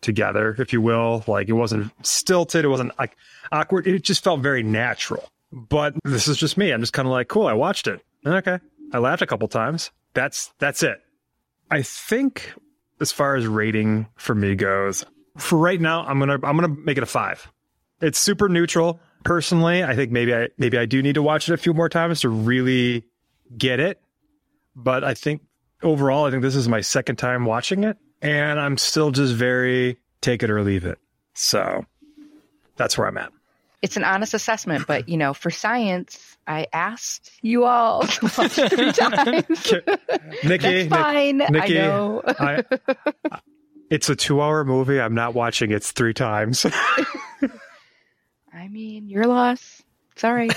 G: together, if you will. Like it wasn't stilted, it wasn't like awkward. It just felt very natural. But this is just me. I'm just kind of like, cool. I watched it. Okay, I laughed a couple times. That's that's it. I think as far as rating for me goes, for right now, I'm gonna I'm gonna make it a five. It's super neutral. personally. I think maybe I maybe I do need to watch it a few more times to really get it. But I think overall, I think this is my second time watching it, and I'm still just very take it or leave it. So that's where I'm at.
E: It's an honest assessment, but you know, for science, I asked you all to watch three times. That's
G: Nikki,
E: fine. I
G: Nikki,
E: know.
G: I- I- it's a two-hour movie. I'm not watching it three times.
E: I mean, your loss. Sorry.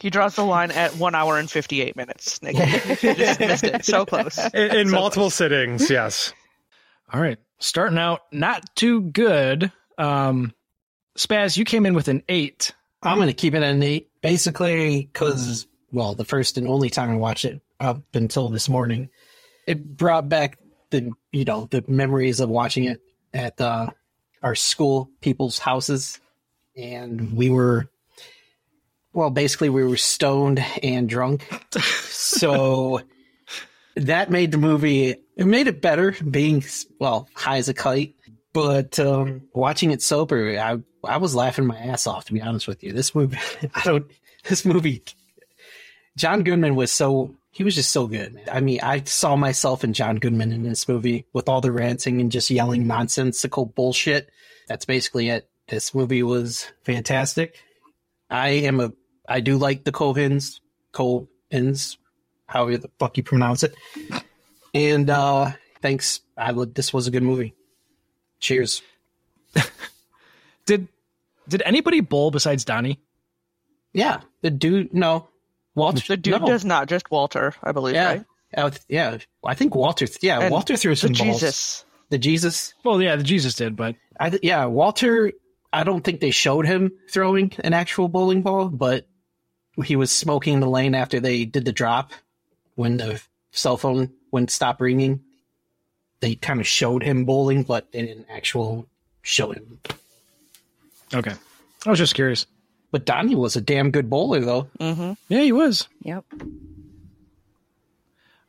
I: He draws the line at one hour and fifty-eight minutes. Nick, You just missed it. So close.
G: in, in
I: So
G: multiple sittings. Yes.
C: All right. Starting out not too good. Um Spaz, you came in with an eight.
F: I'm going to keep it at an eight, basically, because, well, the first and only time I watched it up until this morning, it brought back the, you know, the memories of watching it at uh, our school people's houses. And we were, well, basically, we were stoned and drunk. so that made the movie, it made it better being, well, high as a kite. But um, watching it sober, I I was laughing my ass off to be honest with you. This movie, I don't. This movie, John Goodman was so he was just so good. man. I mean, I saw myself in John Goodman in this movie with all the ranting and just yelling nonsensical bullshit. That's basically it. This movie was fantastic. I am a I do like the Cohens, Cohens, however the fuck you pronounce it. And uh thanks. I would this was a good movie. Cheers.
C: did did anybody bowl besides Donnie?
F: Yeah, the dude. No, Walter.
I: The dude
F: no.
I: does not just Walter, I believe.
F: Yeah,
I: right?
F: Uh, yeah. I think Walter. Yeah,
I: And
F: Walter threw
I: the
F: some balls.
I: Jesus.
F: The Jesus.
C: Well, yeah, the Jesus did, but
F: I th- yeah, Walter. I don't think they showed him throwing an actual bowling ball, but he was smoking the lane after they did the drop when the cell phone wouldn't stop ringing. They kind of showed him bowling, but they didn't actual show him.
C: Okay, I was just curious.
F: But Donnie was a damn good bowler, though.
I: Mm-hmm.
C: Yeah, he was.
E: Yep.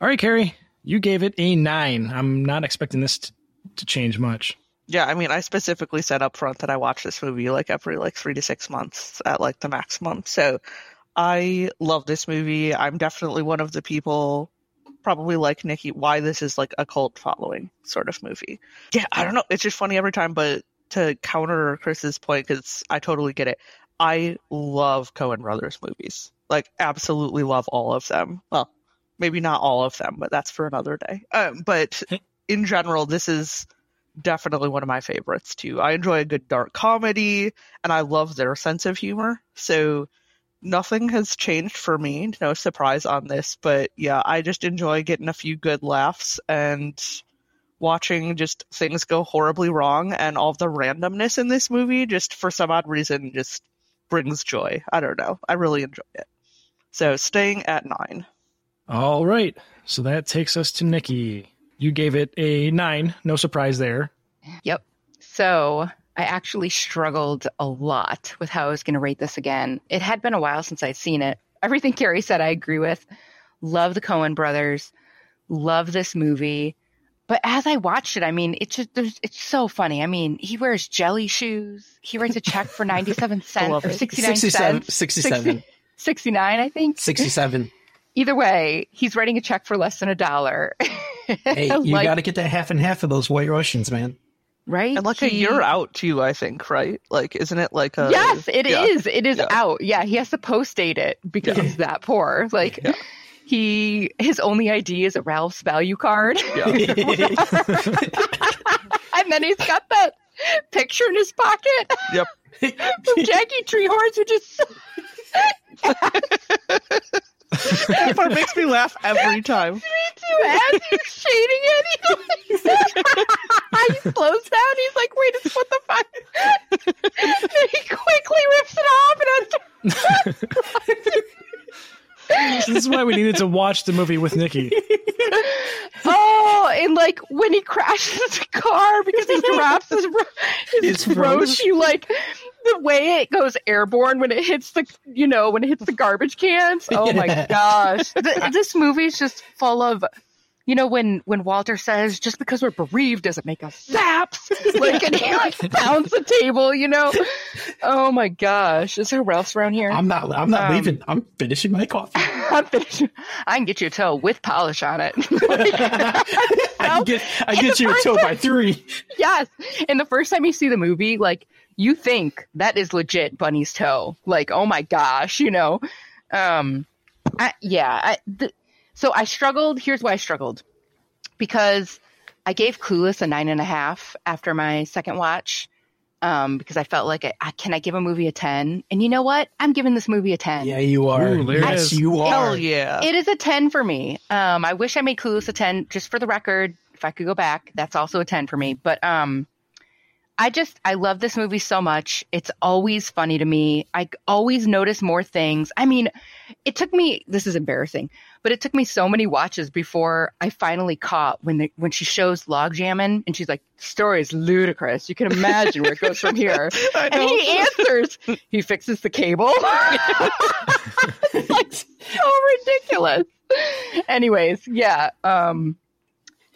C: All right, Carrie, you gave it a nine. I'm not expecting this t- to change much.
I: Yeah, I mean, I specifically said up front that I watch this movie like every like three to six months at like the maximum. So I love this movie. I'm definitely one of the people, probably like Nikki, why this is like a cult following sort of movie. Yeah, I don't know. It's just funny every time, but to counter Chris's point, because I totally get it. I love Cohen Brothers movies. Like, absolutely love all of them. Well, maybe not all of them, but that's for another day. Um, but in general, this is definitely one of my favorites too. I enjoy a good dark comedy and I love their sense of humor. So nothing has changed for me. No surprise on this, but yeah, I just enjoy getting a few good laughs and watching just things go horribly wrong and all the randomness in this movie just for some odd reason just brings joy. I don't know. I really enjoy it. So staying at 9.
C: All right, so that takes us to Nikki. You gave it a nine. No surprise there.
E: Yep. So I actually struggled a lot with how I was going to rate this again. It had been a while since I'd seen it. Everything Carrie said, I agree with. Love the Coen brothers. Love this movie. But as I watched it, I mean, it's just, there's, it's so funny. I mean, he wears jelly shoes. He writes a check for 97 cents or 69
F: 67,
E: cents.
F: 67.
E: 69, I think.
F: 67.
E: Either way, he's writing a check for less than a dollar.
F: Hey, you got to get that half and half of those white Russians, man.
E: right.
I: And like a
E: He-
I: year out too, I think, right? Like isn't it like a
E: yes, it is.
I: Uh, yeah.
E: It is out. Yeah, he has to post date it because he's that poor. Like he, his only ID is a Ralph's value card, and then he's got that picture in his pocket
I: Yep.
E: from Jackie Treehorns, which is so
I: that part makes me laugh every time.
E: too as he's shading it. He, like, he slows down. He's like, "Wait, it's- what the fuck?" then he quickly rips it off, and I'm
C: this is why we needed to watch the movie with Nikki.
E: Oh, and like when he crashes the car because he drops his ro- his,
F: His
E: roach,
F: rose.
E: you like the way it goes airborne when it hits the you know when it hits the garbage cans. Oh my
F: Yeah.
E: gosh, Th- this movie is just full of you know when when Walter says just because we're bereaved doesn't make us saps like and he like pounds the table you know oh my gosh is there Ralph's around here
F: I'm not. I'm not
E: Um,
F: leaving. I'm finishing my coffee.
E: I'm finishing. I can get you a toe with polish on it
F: I get. I get you a toe by three.
E: yes and the first time you see the movie like you think that is legit bunny's toe like oh my gosh you know um I, yeah I, th- so i struggled here's why i struggled because i gave clueless a nine and a half after my second watch um, because I felt like I, I can I give a movie a ten, and you know what? I'm giving this movie a ten.
F: Yeah, you are.
G: Ooh, there it
F: yes,
G: is.
F: you are.
I: Hell yeah.
E: It is a 10 for me. Um, I wish I made Clueless a 10 just for the record. If I could go back, that's also a 10 for me. But um, I just, I love this movie so much. It's always funny to me. I always notice more things. I mean, it took me, this is embarrassing, but it took me so many watches before I finally caught when the, when she shows log jamming and she's like, story is ludicrous. You can imagine where it goes from here. and he answers, he fixes the cable. so ridiculous. Anyways, yeah. Um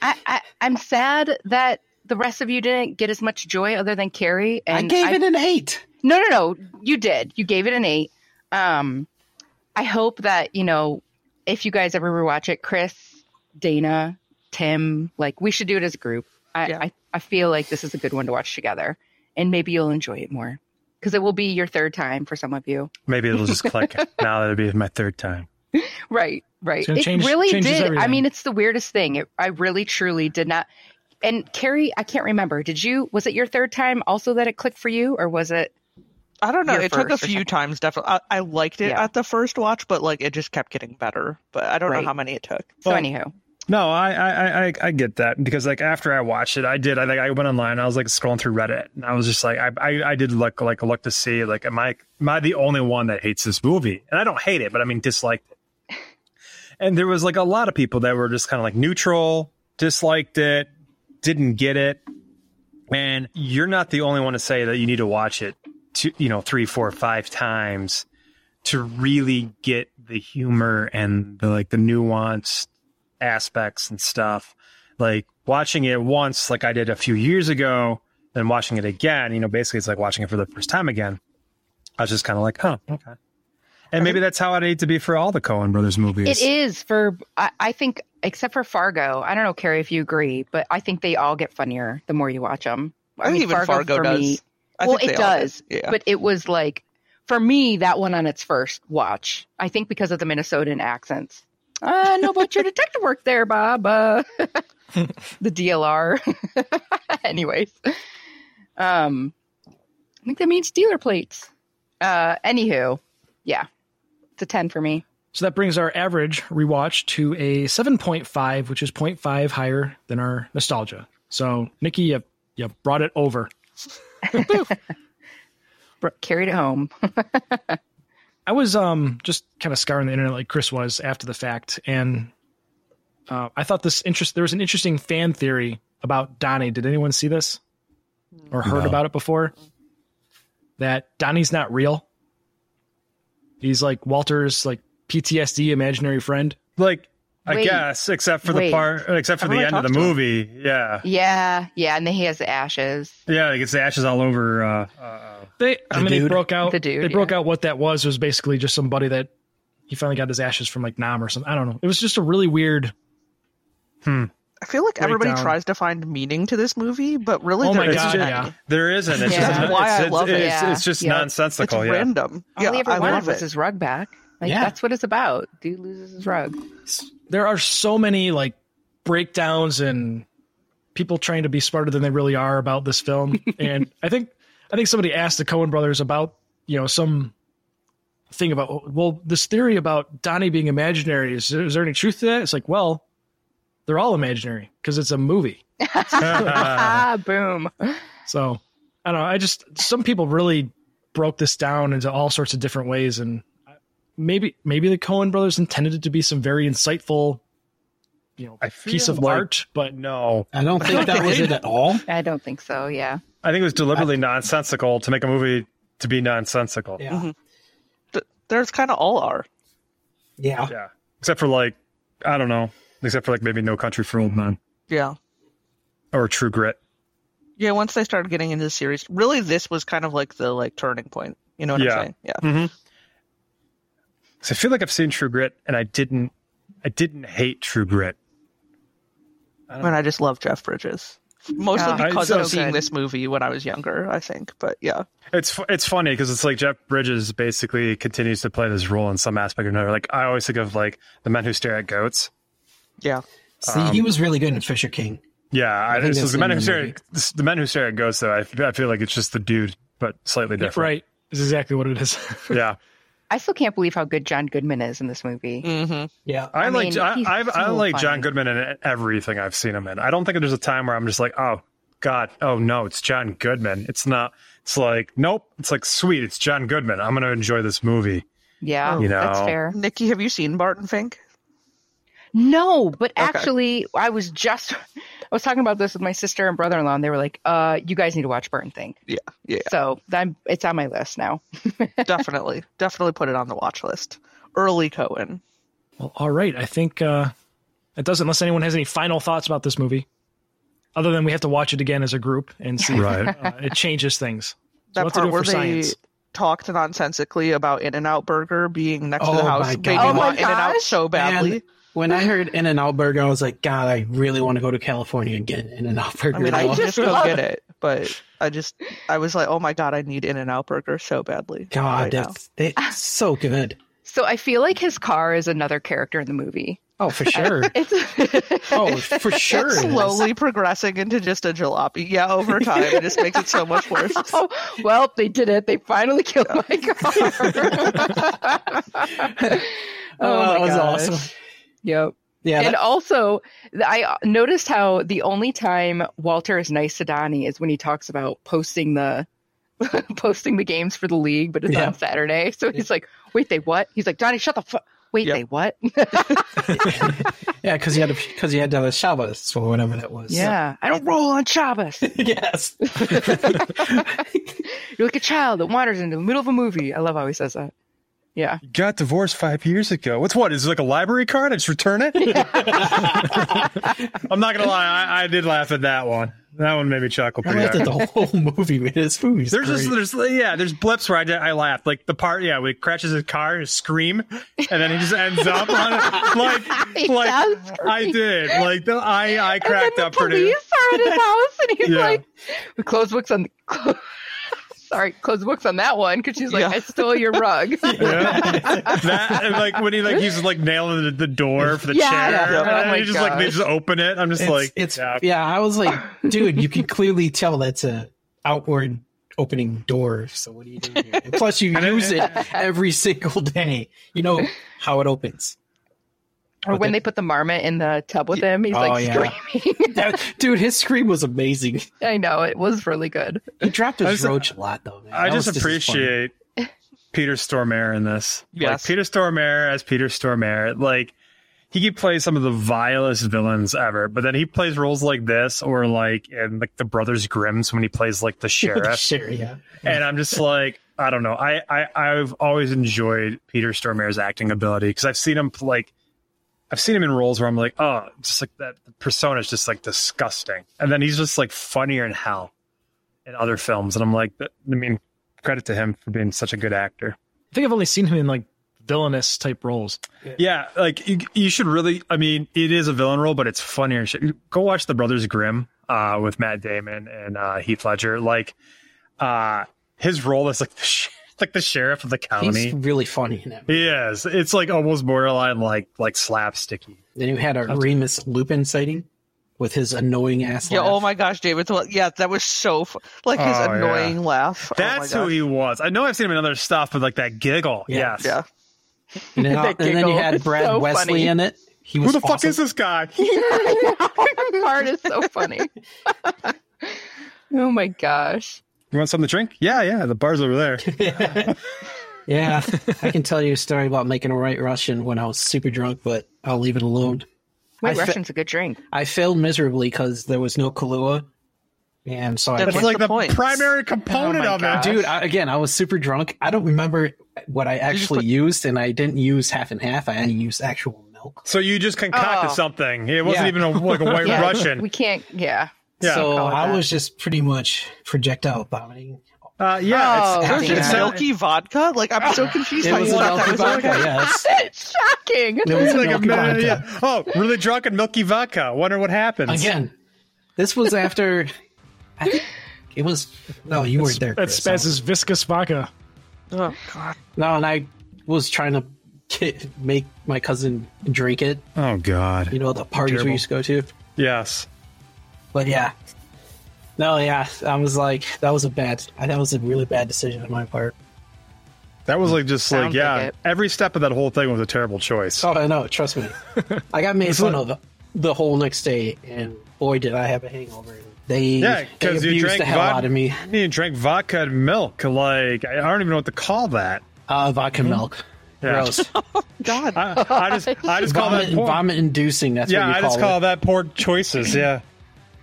E: I, I I'm sad that the rest of you didn't get as much joy other than Carrie and
F: I gave it an eight.
E: No, no, no. You did. You gave it an 8. Um I hope that, you know, if you guys ever rewatch it, Chris, Dana, Tim, like we should do it as a group. I I, I feel like this is a good one to watch together and maybe you'll enjoy it more because it will be your third time for some of you.
G: Maybe it'll just click. now that'll be my third time.
E: Right, right.
G: It's gonna
E: It
G: change-
E: really did.
G: changes
E: I
G: everything.
E: mean, it's the weirdest thing. It, I really, truly did not. And Carrie, I can't remember. Did you? Was it your third time also that it clicked for you, or was it?
I: I don't know.
E: Your
I: It took a
E: first or
I: few
E: something.
I: times. Definitely, I, I liked it
E: Yeah.
I: at the first watch, but like it just kept getting better. But I don't
E: Right.
I: know how many it took.
E: So, anywho,
G: No, I, I I I get that because like after I watched it, I did. I like I went online. I was like scrolling through Reddit, and I was just like, I I, I did look like look to see like am I am I the only one that hates this movie? And I don't hate it, but I mean disliked it. And there was like a lot of people that were just kind of like neutral, disliked it, didn't get it. And you're not the only one to say that you need to watch it, to you know three, four, five times to really get the humor and the like the nuanced aspects and stuff. Like watching it once, like I did a few years ago, then watching it again, you know, basically it's like watching it for the first time again. I was just kind of like, huh, okay. And maybe that's how it need to be for all the Cohen brothers movies.
E: it is for. I, I think, except for Fargo. I don't know, Carrie, if you agree, but I think they all get funnier the more you watch them.
I: I think even Fargo
E: for
I: does.
E: Me,
I: I
E: well,
I: think
E: it
I: they all did.
E: does.
I: Yeah.
E: But it was like for me that one on its first watch. I think because of the Minnesotan accents. Uh, no, but your detective work there, Bob. Uh, the DLR. Anyways, um, I think that means dealer plates. Uh, anywho, yeah, it's a ten for me.
C: So that brings our average rewatch to a 7.5, which is 0.5 higher than our nostalgia. So, Nikki, you, you brought it over.
E: Br- Carried it home.
C: I was um just kind of scouring the internet like Chris was after the fact, and uh, I thought this interest there was an interesting fan theory about Donnie. Did anyone see this or heard
J: No.
C: about it before? That Donnie's not real. He's like Walter's like PTSD imaginary friend.
G: Like I
E: Wait.
G: guess, except for
E: Wait.
G: the part, except for
E: I've
G: the
E: only
G: end of the
E: talked to him.
G: movie. Yeah,
E: yeah, yeah, and then he has the ashes.
G: yeah, it gets the ashes all over. Uh, uh,
C: They, I
G: The
C: mean, they
G: dude?
C: broke out.
E: The dude,
C: they broke out what that was. It was basically just somebody that he finally got his ashes from, like Nam or something. I don't know. It was just a really weird. Hmm.
I: I feel like everybody
C: Breakdown.
I: tries to find meaning to this movie, but really,
C: Oh
I: there
C: my
I: isn't
C: God,
I: any.
C: yeah.
G: there isn't. It's
I: Yeah.
G: just
I: That's why
G: it's,
I: I
G: it's,
I: love it.
G: it's,
E: Yeah.
G: it's just
E: Yeah.
I: It's
G: nonsensical. yeah.
I: random.
E: All he
I: yeah,
E: ever
I: I
E: wanted
I: love
E: was
I: it.
E: his rug back. Like
F: Yeah.
E: that's what it's about. Dude loses his rug.
C: There are so many like breakdowns and people trying to be smarter than they really are about this film. and I think I think somebody asked the Cohen brothers about you know some thing about well this theory about Donnie being imaginary is there, is there any truth to that? It's like well they're all imaginary because it's a movie.
G: Uh.
E: ah, boom.
C: So I don't know. I just some people really broke this down into all sorts of different ways, and maybe maybe the Cohen brothers intended it to be some very insightful, you know,
G: I
C: piece
G: feel
C: of
G: like-
C: art.
F: um,
C: But
G: No,
F: I don't think that was it at all.
E: I don't think so. Yeah.
G: I think it was deliberately nonsensical to make a movie to be nonsensical.
F: Yeah.
I: Th- There's kind of all are.
F: Yeah.
G: Yeah. Except for like, I don't know, except for like maybe No Country for Old Men
I: Yeah.
G: or True Grit.
I: Yeah, once they started getting into the series, really this was kind of like the like turning point. You know what
G: yeah.
I: I'm saying? Yeah.
G: hmm So I feel like I've seen True Grit, and I didn't. I didn't hate True Grit.
I: And I just love Jeff Bridges. Mostly
G: Yeah.
I: because
G: I-
I: of
G: so-
I: seeing this movie when I was younger, I think. But yeah.
G: It's fu- it's funny because it's like Jeff Bridges basically continues to play this role in some aspect or another. Like I always think of like the men who stare at goats.
I: Yeah.
F: See, he was really good in Fisher King.
G: Yeah, I,
F: I think
G: so
F: that's
G: the men
F: in
G: who
F: the
G: stare
F: movie.
G: at, this- the men who stare at goats though. I, f- I feel like it's just the dude, but slightly different.
C: Right, is exactly what it is.
G: yeah,
E: I still can't believe how good John Goodman is in this movie.
I: Mm-hmm.
F: Yeah,
G: I,
E: I
G: like
E: mean,
G: I,
E: he's
G: I've, I
E: so
G: like
E: funny.
G: John Goodman in everything I've seen him in. I don't think there's a time where I'm just like, oh God, oh no, it's John Goodman. It's not. It's like nope. It's like sweet. It's John Goodman. I'm gonna enjoy this movie.
E: Yeah,
G: You
E: that's
G: know.
E: fair.
I: Nikki, have you seen Barton Fink?
E: No, but actually, I was just I was talking about this with my sister and brother in law, and they were like, "Uh, you guys need to watch Burn Thing."
I: Yeah. Yeah.
E: So I'm, it's on my list now.
I: definitely. Definitely put it on the watch list. Early Cohen.
C: Well, all right. I think uh, that does. it, Unless anyone has any final thoughts about this movie, other than we have to watch it again as a group and see if,
G: Right.
C: uh, it changes things. So
I: That
C: we'll have to
I: part
C: do it
I: where
C: for
I: they
C: science.
I: talked nonsensically about In and Out Burger being next to
F: Oh
I: the
F: my
I: house.
F: God.
I: Made me
F: Oh my
I: want In and Out so badly.
F: And when I heard In and Out Burger, I was like, God, I really want to go to California and get In and Out Burger.
I: I mean, I
F: now."
I: just don't get it, but I just, I was like, oh my god, I need In and Out Burger so badly.
F: God,
I: right now.
F: that's that's so good.
E: So I feel like his car is another character in the movie.
F: Oh, for sure.
E: It's
F: oh, for sure.
I: It's
F: it is.
I: slowly progressing into just a jalopy. Yeah, over time, it just makes it so much worse.
E: oh, well, they did it. They finally killed my car.
F: Oh, that was
E: gosh.
F: awesome.
E: Yep.
F: Yeah,
E: and
F: that-
E: also, th- I uh, noticed how the only time Walter is nice to Donnie is when he talks about posting the posting the games for the league, but it's
F: Yeah.
E: on Saturday. So he's like, "Wait, they what?" He's like, "Donnie, shut the fuck." Wait, they what?
F: Yeah, because he had because he had uh, Shabbos or whatever that was.
E: yeah, I don't roll on Shabbos.
F: yes.
E: You're like a child that wanders into the middle of a movie. I love how he says that. Yeah.
G: Got divorced five years ago. What's what? Is it like a library card? I just return it. I'm not gonna lie, I, I did laugh at that one. That one made me chuckle
F: I
G: pretty
F: laughed
G: hard.
F: at the whole movie. Man. This movie's
G: There's
F: great.
G: just there's yeah there's blips where I, did, I laughed like the part yeah where he crashes his car his scream and then he just ends up on it
E: He
G: like like
E: does
G: I did like the, I I
E: and then
G: cracked
E: the
G: up pretty
E: police are at his house, and he's
G: Yeah.
E: like, "We close books on." Sorry, close books on that one because she's like, "I stole your rug."
G: that and like when he like he's like nailing the, the door for the
E: Yeah,
G: chair
E: yeah. Oh
G: and
E: my
G: he just like they
E: gosh.
G: just open it I'm just
F: It's-
G: like
F: it's
G: yeah.
F: yeah. I was like, dude, you can clearly tell that's a outward opening door. So what do you do? Here? And plus, you use it every single day. You know how it opens.
E: or when they put the marmot in the tub with him, he's
F: Oh,
E: like
F: yeah.
E: screaming.
F: That- dude, his scream was amazing.
E: I know it was really good.
F: He dropped
G: I
F: his
G: just-
F: roach a lot though. Man.
G: I
F: That
G: just
F: was as funny.
G: appreciate Peter Stormare in this. Like
I: Yes.
G: Peter Stormare as Peter Stormare, like he could play some of the vilest villains ever, but then he plays roles like this or like in like the Brothers Grimm's when he plays like the sheriff.
F: Sure, yeah.
G: and I'm just like, I don't know. I, I I've always enjoyed Peter Stormare's acting ability because I've seen him like I've seen him in roles where I'm like, oh, just like that persona is just like disgusting, and then he's just like funnier in hell in other films, and I'm like, th- I mean, credit to him for being such a good actor.
C: I think I've only seen him in like villainous type roles.
G: Yeah, like you, you should really. I mean, it is a villain role, but it's funnier. and shit. Go watch The Brothers Grimm uh, with Matt Damon and uh, Heath Ledger. Like uh, his role is like the sh- like the sheriff of the
F: He's
G: county.
F: really funny in that.
G: He is. It's like almost borderline like like slapsticky.
F: Then you had a Remus Lupin sighting with his annoying ass.
I: Yeah.
F: laugh.
I: Oh my gosh, David. Thwell- Yeah, that was so fu- like his
G: Oh, yeah.
I: annoying laugh. Oh my
G: That's who
I: gosh.
G: he was. I know I've seen him in other stuff, but like that giggle.
F: Yeah.
G: Yes.
I: Yeah.
F: And then,
E: That
F: and then you
E: giggle
F: had
E: is
F: Brad
E: so
F: Wesley
E: funny.
F: in it. He
G: Who
F: was
G: the fuck
F: awesome.
G: is this guy?
E: that part is so funny. oh my gosh!
G: You want something to drink? Yeah, yeah. The bar's over there.
F: Yeah, I can tell you a story about making a right Russian when I was super drunk, but I'll leave it alone. I
E: White
F: fe-
E: Russian's a good drink.
F: I failed miserably because there was no Kahlua, and so I. Can't,
I: That's
G: That's
I: What's
G: like
I: the
G: the,
I: point?
G: primary component
E: Oh my
G: of
E: gosh.
G: it.
F: dude, I, again, I was super drunk. I don't remember what I
I: just
F: actually used, and I didn't use half and half. I only used actual milk. milk.
G: So you just concocted
E: Oh.
G: something. It wasn't
F: Yeah.
G: even a, like a white
E: Yeah,
G: Russian.
E: We can't. Yeah.
F: so
E: Call it
F: I
E: that.
F: was just pretty much projectile vomiting.
G: Uh,
E: yeah, it's- Oh,
I: was it
E: damn.
I: milky vodka? Like I'm so confused.
F: It
I: how
F: was
I: Oh, you
F: a milky
I: thought that was
F: vodka,
I: okay.
F: yes.
E: It's shocking.
F: It was a milky vodka.
G: yeah. Oh, really drunk and milky vodka. Wonder what happens.
F: Again, this was after. I think it was. No, you weren't there.
C: That's
F: Chris.
C: Spaz's viscous vodka.
I: Oh god.
F: No, and I was trying to get, make my cousin drink it.
G: Oh god.
F: You know the parties
G: Terrible.
F: we used to go to.
G: Yes.
F: But yeah. No, yeah, I was like, that was a bad, that was a really bad decision on my part.
G: That was like just like
F: Sounds
G: yeah.
F: like it.
G: every step of that whole thing was a terrible choice.
F: Oh, I know, trust me. I got made fun of the whole next day, and boy, did I have a hangover. They,
G: Yeah,
F: they
G: because
F: abused
G: you drank
F: the hell
G: vodka.
F: out of me.
G: You drank vodka and milk. Like I don't even know what to call that.
F: Uh, vodka
G: Hmm?
F: milk. Gross.
I: God.
G: I, I just I just call that
F: vomit,
G: poor.
F: vomit inducing. That's
G: yeah,
F: what
G: I
F: you call
G: just
F: it.
G: call that poor choices. Yeah.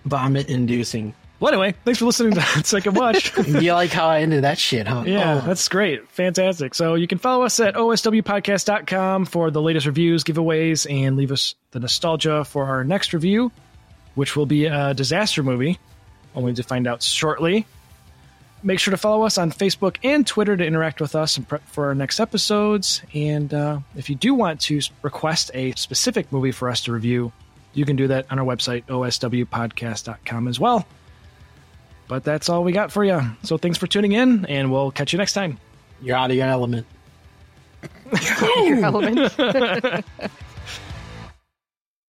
F: Vomit inducing.
C: Well, anyway, thanks for listening to It's Like a Watch.
F: you like how I ended that shit, huh? Oh,
C: Yeah, that's great. Fantastic. So you can follow us at oswpodcast.com for the latest reviews, giveaways, and leave us the nostalgia for our next review, which will be a disaster movie, only to find out shortly. Make sure to follow us on Facebook and Twitter to interact with us and prep for our next episodes. And uh, if you do want to s- request a specific movie for us to review, you can do that on our website, oswpodcast.com as well. But that's all we got for you. So thanks for tuning in, and we'll catch you next time.
F: You're out of your element.
E: Your element.